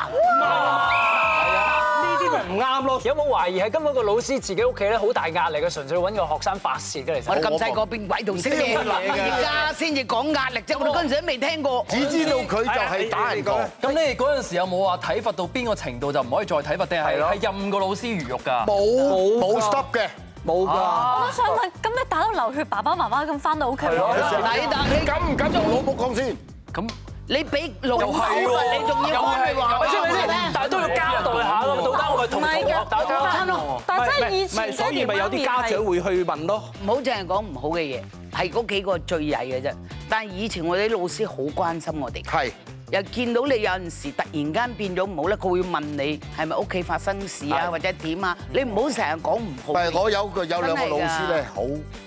[SPEAKER 2] 呢啲咪唔啱咯？有冇懷疑係根本個老師自己屋企咧好大壓力嘅，啊純粹揾個學生發泄嘅嚟？
[SPEAKER 7] 我哋咁細個邊鬼度識咩？而家先至講壓力啫，我哋嗰陣時都未聽過。
[SPEAKER 13] 係啊你講咁你嗰陣時有冇話體罰到邊個程度就唔可以再體罰？定係係任個老師魚肉㗎？啊
[SPEAKER 10] 冇冇 stop 嘅，
[SPEAKER 8] 冇
[SPEAKER 12] 我想問，咁你打到流血，爸爸媽媽咁翻到屋企，
[SPEAKER 7] 你但你
[SPEAKER 10] 敢唔敢同老母講先？
[SPEAKER 13] 咁
[SPEAKER 7] 你俾老師罰你，仲要開佢話，
[SPEAKER 2] 但係都要交代下㗎嘛，到底我咪同同學打交咯？
[SPEAKER 8] 唔係，所以咪有啲家長會去問咯。
[SPEAKER 7] 唔好淨係講唔好嘅嘢，係嗰幾個最曳嘅啫。但係以前我哋啲老師好關心我哋，
[SPEAKER 10] 係
[SPEAKER 7] 又見到你有陣時突然間變咗唔好咧，佢會問你係咪屋企發生事啊，
[SPEAKER 10] 係
[SPEAKER 7] 或者點啊？你唔好成日講唔好嘅嘢。
[SPEAKER 10] 但係我有個有兩個老師咧
[SPEAKER 7] 真係，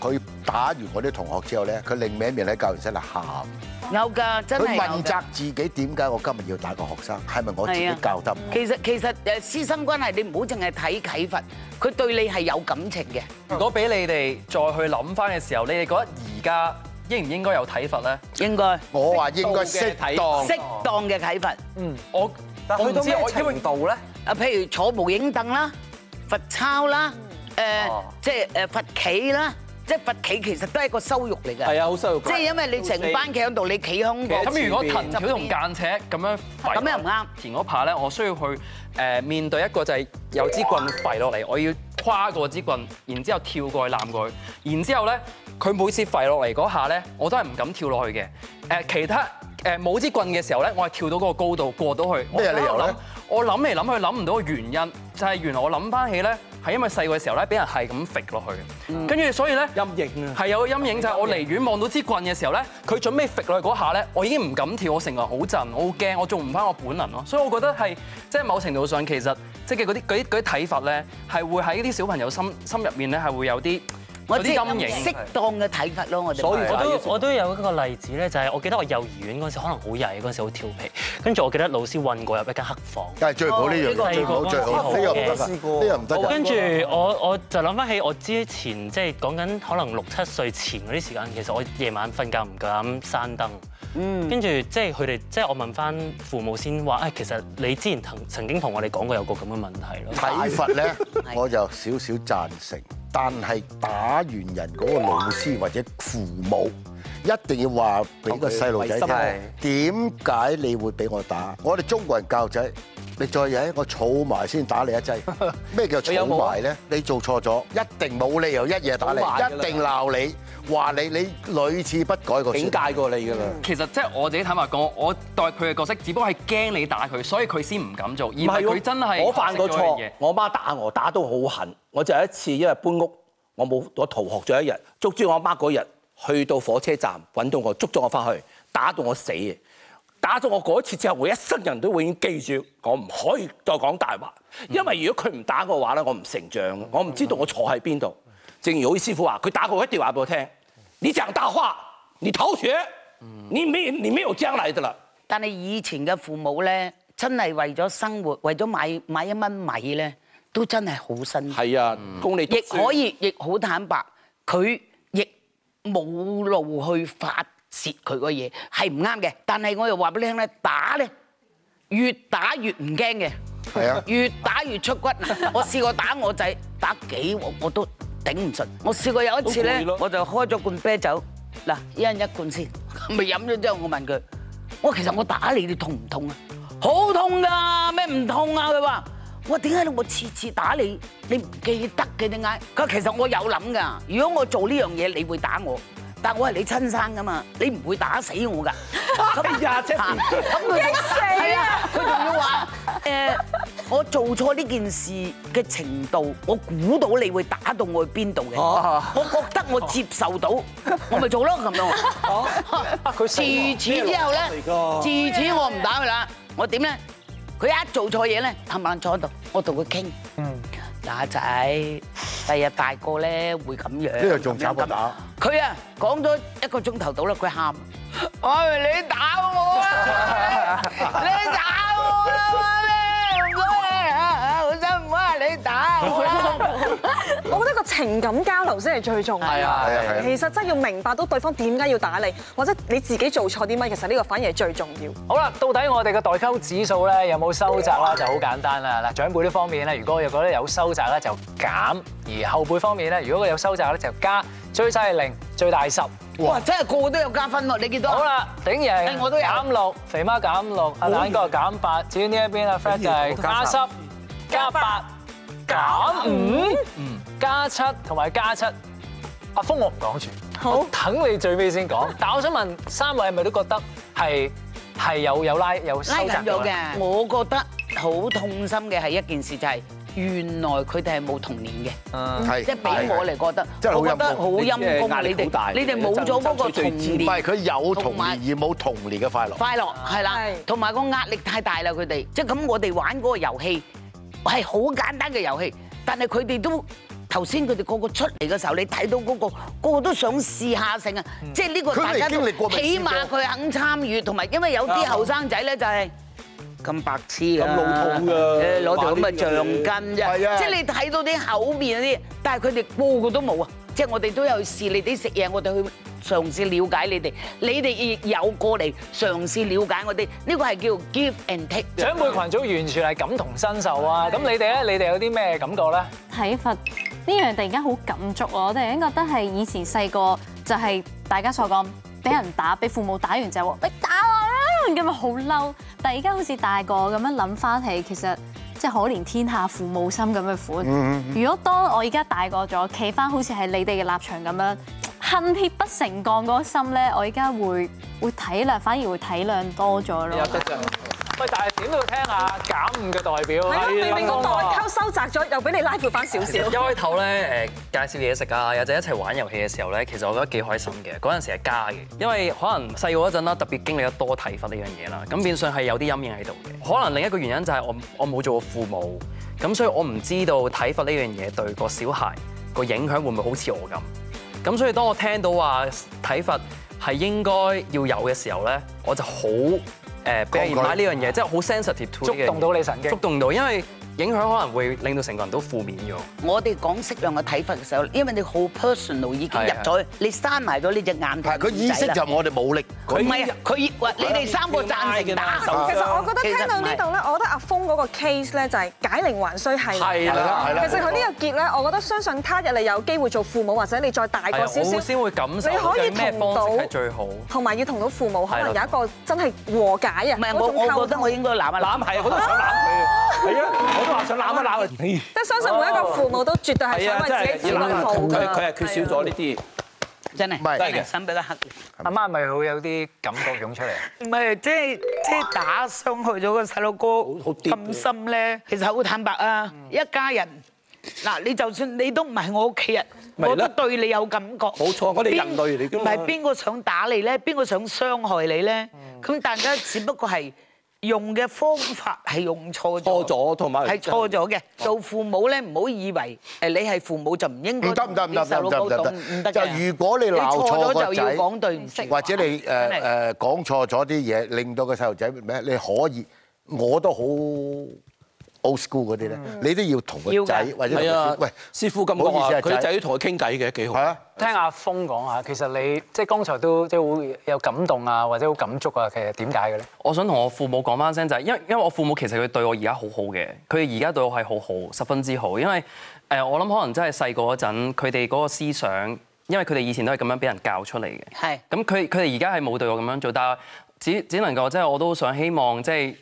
[SPEAKER 10] 好佢打完我啲同學之後咧，佢另面一面喺教員室度喊。
[SPEAKER 7] 㗎，有㗎，真係
[SPEAKER 10] 佢
[SPEAKER 7] 有㗎
[SPEAKER 10] 問責自己點解我今日要打個學生？係咪我自己
[SPEAKER 7] 係啊
[SPEAKER 10] 教得唔好？
[SPEAKER 7] 其實其實誒師生關係，你唔好淨係睇啟發，佢對你係有感情嘅。
[SPEAKER 13] 如果俾你哋再去諗翻嘅時候，你哋覺得而家應唔應該有體罰咧？
[SPEAKER 7] 應該，
[SPEAKER 10] 我話應該適當
[SPEAKER 7] 適當嘅啟罰。
[SPEAKER 13] 嗯，我
[SPEAKER 7] 但
[SPEAKER 13] 我唔知我因為
[SPEAKER 7] 度咧？啊，譬如坐無影凳啦、罰抄啦、誒
[SPEAKER 13] 哦
[SPEAKER 7] 即係誒罰企啦，即係罰企其實都係一個羞辱嚟㗎。
[SPEAKER 13] 係啊好羞辱㗎
[SPEAKER 7] 即係因為你成班企喺度，你企喺個
[SPEAKER 13] 咁如果藤條同間尺咁樣
[SPEAKER 7] 咁又唔啱。
[SPEAKER 13] 前嗰排咧，我需要去誒面對一個就係有支棍揮落嚟，我要跨過支棍，然之後跳過去攬佢，然之後咧佢每次揮落嚟嗰下咧，我都係唔敢跳落去嘅。誒其他誒冇支棍嘅時候咧，我係跳到嗰個高度過到去。
[SPEAKER 10] 咩理由呢
[SPEAKER 13] 我喺度諗我諗嚟諗去諗唔到個原因，就係原來我諗翻起咧，係因為細個嘅時候咧，俾人係咁揈落去嘅，跟住所以咧陰影係有個陰影，就係我離遠望到支棍嘅時候咧，佢準備揈落去嗰下咧，我已經唔敢跳，我成個人好震，我好驚，我做唔翻我本能咯，所以我覺得係即係某程度上其實即係嗰啲嗰啲嗰啲睇法咧，係會喺啲小朋友心心入面咧係會有啲
[SPEAKER 7] 我
[SPEAKER 13] 有
[SPEAKER 7] 即
[SPEAKER 13] 啲
[SPEAKER 7] 係
[SPEAKER 13] 陰影。
[SPEAKER 7] 適當嘅體罰咯，我哋
[SPEAKER 13] 所以
[SPEAKER 7] 咪係
[SPEAKER 13] 就係啊
[SPEAKER 11] 我都我都有一個例子咧，就係我記得我幼兒園嗰陣時可能好曳，嗰陣時好調皮，跟住我記得老師韞過入一間黑房。
[SPEAKER 10] 梗係最唔好呢樣嘢，最唔好最好，呢個唔得㗎，呢個唔得㗎。
[SPEAKER 11] 跟住我我就諗翻起我之前即係講緊可能六七歲前嗰啲時間，其實我夜晚瞓覺唔夠膽閂燈。
[SPEAKER 2] 嗯
[SPEAKER 11] 跟住即係佢哋，即係我問翻父母先話，哎誒其實你之前曾曾經同我哋講過有個咁嘅問題咯。
[SPEAKER 10] 體罰咧，我就少少贊成，但係打完人嗰個老師或者父母。一定要話俾個細路仔聽，點解你會俾我打？我哋中國人教仔，你再嘢，我儲埋先打你
[SPEAKER 7] (laughs)
[SPEAKER 10] 一劑。咩叫儲埋咧？你做錯咗，一定冇理由一夜打你，一定鬧你，話你你屢次不改個
[SPEAKER 13] 警戒
[SPEAKER 10] 過你㗎啦。
[SPEAKER 13] 其實即係我自己坦白講，我代佢嘅角色，只不過係驚你打佢，所以佢先唔敢做，而唔係佢真係
[SPEAKER 8] 我犯過
[SPEAKER 13] 學識咗樣嘢
[SPEAKER 8] 錯，我媽打我打到好痕。我就有一次因為搬屋，我冇我逃學咗一日，捉住我媽嗰日去到火車站揾到我，捉咗我翻去，打到我死嘅。打咗我嗰次之後，我一生人都永遠記住，我唔可以再講大話，
[SPEAKER 13] 嗯
[SPEAKER 8] 因為如果佢唔打我嘅話咧，我唔成長嘅，我唔知道我錯喺邊度。正如好似師傅話，佢打我一定話俾我聽，你講大話，你逃學，你沒你沒有將來的啦。
[SPEAKER 7] 但係以前嘅父母咧，真係為咗生活，為咗買買一蚊米咧，都真係好辛苦。
[SPEAKER 8] 係啊，
[SPEAKER 13] 嗯
[SPEAKER 8] 供你讀
[SPEAKER 7] 亦
[SPEAKER 8] 書
[SPEAKER 7] 可以，亦好坦白，佢亦冇路去發泄佢個嘢，係唔啱嘅。但係我又話俾你聽咧，打咧越打越唔驚嘅，
[SPEAKER 10] 係啊
[SPEAKER 7] 越打越出骨。 (laughs) 我試過打我仔，打幾鑊我都頂唔順。我試過有一次
[SPEAKER 15] 好攰
[SPEAKER 7] 咧
[SPEAKER 15] 咯，
[SPEAKER 7] 我就開咗罐啤酒，嗱，一人一罐先， (laughs) 咪飲咗之後我問佢。我其實我打你，你痛唔痛啊？好痛㗎，咩解唔痛啊？佢話：我點解我次次打你，你唔記得嘅點解？佢話其實我有諗㗎，如果我做呢樣嘢，你會打我。但我係你親生㗎嘛，你唔會打死我㗎。咁呀，即係咁佢仲係啊，佢仲要話 (laughs) 誒，我做錯呢件事嘅程度，我估到你會打到我去邊度嘅。
[SPEAKER 15] 哦
[SPEAKER 7] 我覺得我接受 (laughs) 到，我咪做咯咁樣。佢 (laughs) 自此之後咧
[SPEAKER 15] 咩邏輯嚟㗎，
[SPEAKER 7] 自此我唔打佢啦。我點咧？佢一做錯嘢咧，冚唪唥坐喺度，我同佢傾。嗱仔，第日大個咧會咁樣。
[SPEAKER 10] 呢度仲慘過打。
[SPEAKER 7] 佢啊講咗一個鐘頭到啦，佢喊。我以為你打我啊！你打我啦，你唔該你啊，好心唔好啊，你打我
[SPEAKER 3] 我覺得個情感交流先係最重要。
[SPEAKER 15] 係啊係啊係啊
[SPEAKER 3] 其實真係要明白到對方點解要打你，或者你自己做錯啲乜，其實呢個反而係最重要。
[SPEAKER 2] 好啦，到底我哋嘅代溝指數咧有冇收窄啦？就好簡單啦。嗱，長輩呢方面咧，如果又覺得有收窄咧，就減；而後輩方面咧，如果佢有收窄咧，就加。最細係零，最大係十。
[SPEAKER 7] 哇！真係個個都有加分喎，你見到？
[SPEAKER 2] 好啦，頂贏。
[SPEAKER 7] 誒我都有
[SPEAKER 2] 減六，肥媽減六，阿蛋哥減八，至於呢一邊阿 Fred 就係加十、加八、減五、加七同埋加七。阿峰我唔講住，好等你最尾先講。但我想問三位係咪都覺得係係有有拉有收
[SPEAKER 7] 拉
[SPEAKER 2] 窄
[SPEAKER 7] 緊
[SPEAKER 2] 到
[SPEAKER 7] 咗
[SPEAKER 2] 咧
[SPEAKER 7] 嘅。我覺得好痛心嘅係一件事，就係原來佢哋係冇童年
[SPEAKER 10] 嗯
[SPEAKER 7] 嘅，
[SPEAKER 10] 係
[SPEAKER 7] 即係俾我嚟覺得，
[SPEAKER 10] 真係好
[SPEAKER 7] 我覺得
[SPEAKER 10] 陰
[SPEAKER 7] 好
[SPEAKER 10] 功
[SPEAKER 7] 陰
[SPEAKER 10] 壓
[SPEAKER 7] 功，
[SPEAKER 10] 力
[SPEAKER 7] 你
[SPEAKER 10] 好大
[SPEAKER 7] 哋你哋冇咗嗰個童
[SPEAKER 10] 唔係
[SPEAKER 7] 年，
[SPEAKER 10] 佢有童
[SPEAKER 7] 同
[SPEAKER 10] 年
[SPEAKER 7] 埋
[SPEAKER 10] 而冇童年嘅快樂。
[SPEAKER 7] 快樂係啦，同埋個壓力太大啦，佢哋即係咁，我哋玩嗰個遊戲係好簡單嘅遊戲，但係佢哋都。頭先佢哋個個出嚟嘅時候，你睇到嗰個個個都想試下性啊！即係呢個
[SPEAKER 15] 佢
[SPEAKER 7] 大
[SPEAKER 15] 未
[SPEAKER 7] 家都
[SPEAKER 15] 經歷過咪
[SPEAKER 7] 起
[SPEAKER 15] 試過
[SPEAKER 7] 碼佢肯參與，同埋因為有啲後生仔咧就係咁白痴㗎，
[SPEAKER 15] 咁老土㗎
[SPEAKER 7] 誒攞條咁
[SPEAKER 15] 玩
[SPEAKER 7] 嘅
[SPEAKER 15] 呢啲
[SPEAKER 7] 橡
[SPEAKER 15] 嘢
[SPEAKER 7] 筋
[SPEAKER 15] 係啊
[SPEAKER 7] 啫，即係你睇到啲口面嗰啲，但係佢哋個個都冇啊！即係我哋都有試你哋食嘢，我哋去嘗試了解你哋，你哋亦有過嚟嘗試了解我哋，呢個係叫 give and take。
[SPEAKER 2] 長輩群組完全係感同身受啊！咁你哋咧，你哋有啲咩感覺咧？
[SPEAKER 12] 睇法呢樣突然間好感觸啊！我突然間覺得係以前細個就係大家所講，俾人打，俾父母打完就話你打我啦，咁樣好嬲。但係而家好似大個咁樣諗翻起，其實即係可憐天下父母心咁嘅款。
[SPEAKER 15] 嗯嗯嗯
[SPEAKER 12] 如果當我而家大個咗，企翻好似係你哋嘅立場咁樣，恨鐵不成鋼嗰個心咧，我而家會會體諒，反而會體諒多咗咯。
[SPEAKER 2] 喂，但係點都要聽下減五嘅代表。
[SPEAKER 3] 係啊，明明個代溝收窄咗，又俾你拉闊翻少
[SPEAKER 13] 一
[SPEAKER 3] 少。
[SPEAKER 13] 開頭咧誒介紹嘢食啊，或者一齊玩遊戲嘅時候咧，其實我覺得幾開心嘅。嗰陣時係加嘅，因為可能細個嗰陣啦，特別經歷得多體罰呢樣嘢啦，咁變相係有啲陰影喺度嘅。可能另一個原因就係我我冇做過父母，咁所以我唔知道體罰呢樣嘢對個小孩個影響會唔會好似我咁。咁所以當我聽到話體罰係應該要有嘅時候咧，我就好誒俾人
[SPEAKER 2] 抗
[SPEAKER 13] 買
[SPEAKER 2] 拒
[SPEAKER 13] 呢樣嘢，即係好 sensitive to 呢樣嘢
[SPEAKER 2] 啊觸動到你神經
[SPEAKER 13] 觸動到，因為影響可能會令到成個人都負面咗。
[SPEAKER 7] 我哋講適量嘅睇法嘅時候，因為你好 personal 已經入咗去，你閂埋咗呢隻眼同
[SPEAKER 10] 佢意識就我哋冇力，
[SPEAKER 7] 唔係啊，佢喂你哋三個贊成打，
[SPEAKER 3] 其實我覺得聽到呢度咧，我覺得阿峰嗰個 case 咧就係解鈴還須繫
[SPEAKER 7] 係啦係啦
[SPEAKER 3] 其實佢呢個結咧，我覺得相信他日你有機會做父母，或者你再大
[SPEAKER 13] 係
[SPEAKER 3] 個
[SPEAKER 13] 啊
[SPEAKER 3] 少
[SPEAKER 13] 我
[SPEAKER 3] 少，
[SPEAKER 13] 先會感受
[SPEAKER 3] 你可以
[SPEAKER 13] 究竟咩
[SPEAKER 3] 同
[SPEAKER 13] 方
[SPEAKER 3] 到
[SPEAKER 13] 式係最好。
[SPEAKER 3] 同埋要同到父母可能
[SPEAKER 13] 係
[SPEAKER 3] 有
[SPEAKER 13] 啦
[SPEAKER 3] 一個真係和解啊。唔
[SPEAKER 7] 係我我覺得我應該攬一攬，
[SPEAKER 8] 係啊，我都想攬佢啊，係啊，我都話想攬一攬佢。
[SPEAKER 3] 即係相信每一個父母都絕對係
[SPEAKER 8] 係
[SPEAKER 3] 想
[SPEAKER 8] 啊，
[SPEAKER 3] 為
[SPEAKER 8] 真
[SPEAKER 3] 自己
[SPEAKER 8] 係
[SPEAKER 3] 子女
[SPEAKER 8] 要攬
[SPEAKER 3] 好啊
[SPEAKER 8] 佢，
[SPEAKER 3] 㗎。
[SPEAKER 8] 佢係缺少咗呢啲。
[SPEAKER 7] 真係
[SPEAKER 8] 係真係嘅
[SPEAKER 7] 想俾佢黑。
[SPEAKER 2] 阿媽咪會有啲感覺湧出
[SPEAKER 7] (laughs) 唔
[SPEAKER 2] 嚟。
[SPEAKER 7] 係，即係即係打傷害咗個細路哥咁深咧，其實好坦白啊！一家人嗱，你就算你都唔係我屋企人，
[SPEAKER 8] 咪
[SPEAKER 7] 我
[SPEAKER 8] 啦
[SPEAKER 7] 都對你有感覺。
[SPEAKER 8] 冇錯我哋
[SPEAKER 7] 邊
[SPEAKER 8] 人類嚟㗎嘛
[SPEAKER 7] 唔係邊個想打你咧？邊個想傷害你咧？咁大家只不過係用嘅方法係用錯咗，錯
[SPEAKER 8] 咗同埋
[SPEAKER 7] 係錯咗嘅。做父母咧，唔好以為誒你係父母就唔應該
[SPEAKER 10] 唔得唔得唔
[SPEAKER 7] 同
[SPEAKER 10] 得
[SPEAKER 7] 啲細
[SPEAKER 10] 唔
[SPEAKER 7] 路
[SPEAKER 10] 得唔
[SPEAKER 7] 哥
[SPEAKER 10] 得
[SPEAKER 7] 動
[SPEAKER 10] 唔
[SPEAKER 7] 唔得
[SPEAKER 10] 得！就
[SPEAKER 7] 嘅
[SPEAKER 10] 如果你鬧錯
[SPEAKER 7] 你
[SPEAKER 10] 個
[SPEAKER 7] 錯咗就要講對唔
[SPEAKER 10] 仔，
[SPEAKER 7] 住
[SPEAKER 10] 或者你誒
[SPEAKER 7] 真係
[SPEAKER 10] 誒講錯咗啲嘢，令到個細路仔咩？你可以，我都好 old school 嗰啲咧，你都要同個仔或者同個
[SPEAKER 8] 係
[SPEAKER 10] 小
[SPEAKER 8] 啊，
[SPEAKER 10] 喂
[SPEAKER 8] 師傅咁
[SPEAKER 10] 唔好
[SPEAKER 8] 講
[SPEAKER 10] 意
[SPEAKER 8] 話，
[SPEAKER 10] 思啊
[SPEAKER 8] 佢啲仔都同佢傾偈嘅，幾好。係啊，
[SPEAKER 2] 聽阿峰講啊下，其實你即係剛才都即係會有感動啊，或者好感觸啊，其實點解嘅咧？
[SPEAKER 13] 我想同我父母講翻聲就係，因為因為我父母其實佢對我而家好好嘅，佢而家對我係好好，十分之好。因為誒，我諗可能真係細個嗰陣，佢哋嗰個思想，因為佢哋以前都係咁樣俾人教出嚟嘅。
[SPEAKER 7] 係。
[SPEAKER 13] 咁佢佢哋而家係冇對我咁樣做，但係只只能夠即係我都想希望即係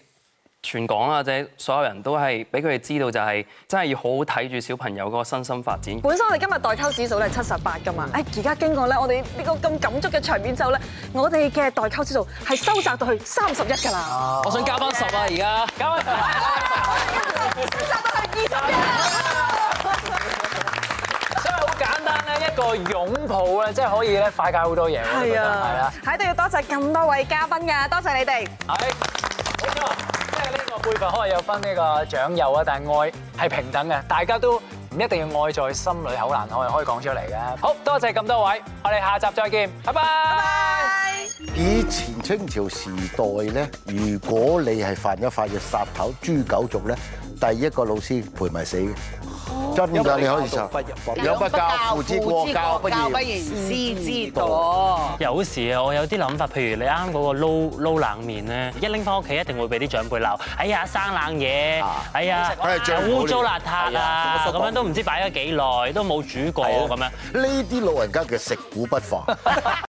[SPEAKER 13] 全港啦，或者所有人都係俾佢哋知道，就係真係要好好睇住小朋友嗰個身心發展。
[SPEAKER 3] 本身我哋今日代溝指數咧七十八噶嘛，誒而家經過咧我哋呢個咁感觸嘅場面之後咧，我哋嘅代溝指數係收窄到去三十一㗎啦。
[SPEAKER 2] 我想加翻十啊，而家加翻所以好簡單咧，一個擁抱咧，即係可以咧快解好多嘢。我覺
[SPEAKER 3] 係
[SPEAKER 2] 得係
[SPEAKER 3] 啊
[SPEAKER 2] 啦。，
[SPEAKER 3] 喺度要多謝咁多位嘉賓㗎，多謝你哋。
[SPEAKER 2] 係，冇錯，即係呢個輩分可能有分呢個長幼啊，但係愛係平等
[SPEAKER 11] à.
[SPEAKER 2] 嘅，大家都唔一定要愛在心裏口難開，可以講出嚟嘅。好多謝咁多位，我哋下集再見，拜拜。
[SPEAKER 10] 以前清朝時代咧，如果你係犯咗法嘅殺頭誅九族咧，第一個老師陪埋死嘅，真
[SPEAKER 8] 因
[SPEAKER 10] 㗎
[SPEAKER 8] 為
[SPEAKER 10] 你
[SPEAKER 8] 你
[SPEAKER 10] 可以
[SPEAKER 8] 教
[SPEAKER 10] 受
[SPEAKER 8] 導不入。
[SPEAKER 10] 有不教父之過，教不嚴。
[SPEAKER 7] 師之道。
[SPEAKER 11] 有時啊，我有啲諗法，譬如你啱嗰個撈撈冷面咧，一拎翻屋企一定會俾啲長輩鬧，哎呀生冷嘢，哎呀
[SPEAKER 10] 哎呀最好
[SPEAKER 11] 污糟
[SPEAKER 10] 係
[SPEAKER 11] 邋遢
[SPEAKER 10] 啊
[SPEAKER 11] 啊，
[SPEAKER 10] 什麼
[SPEAKER 11] 咁
[SPEAKER 10] 都
[SPEAKER 11] 樣都唔知擺咗幾耐，都冇煮過咁樣。
[SPEAKER 10] 呢啲老人家叫食古不化。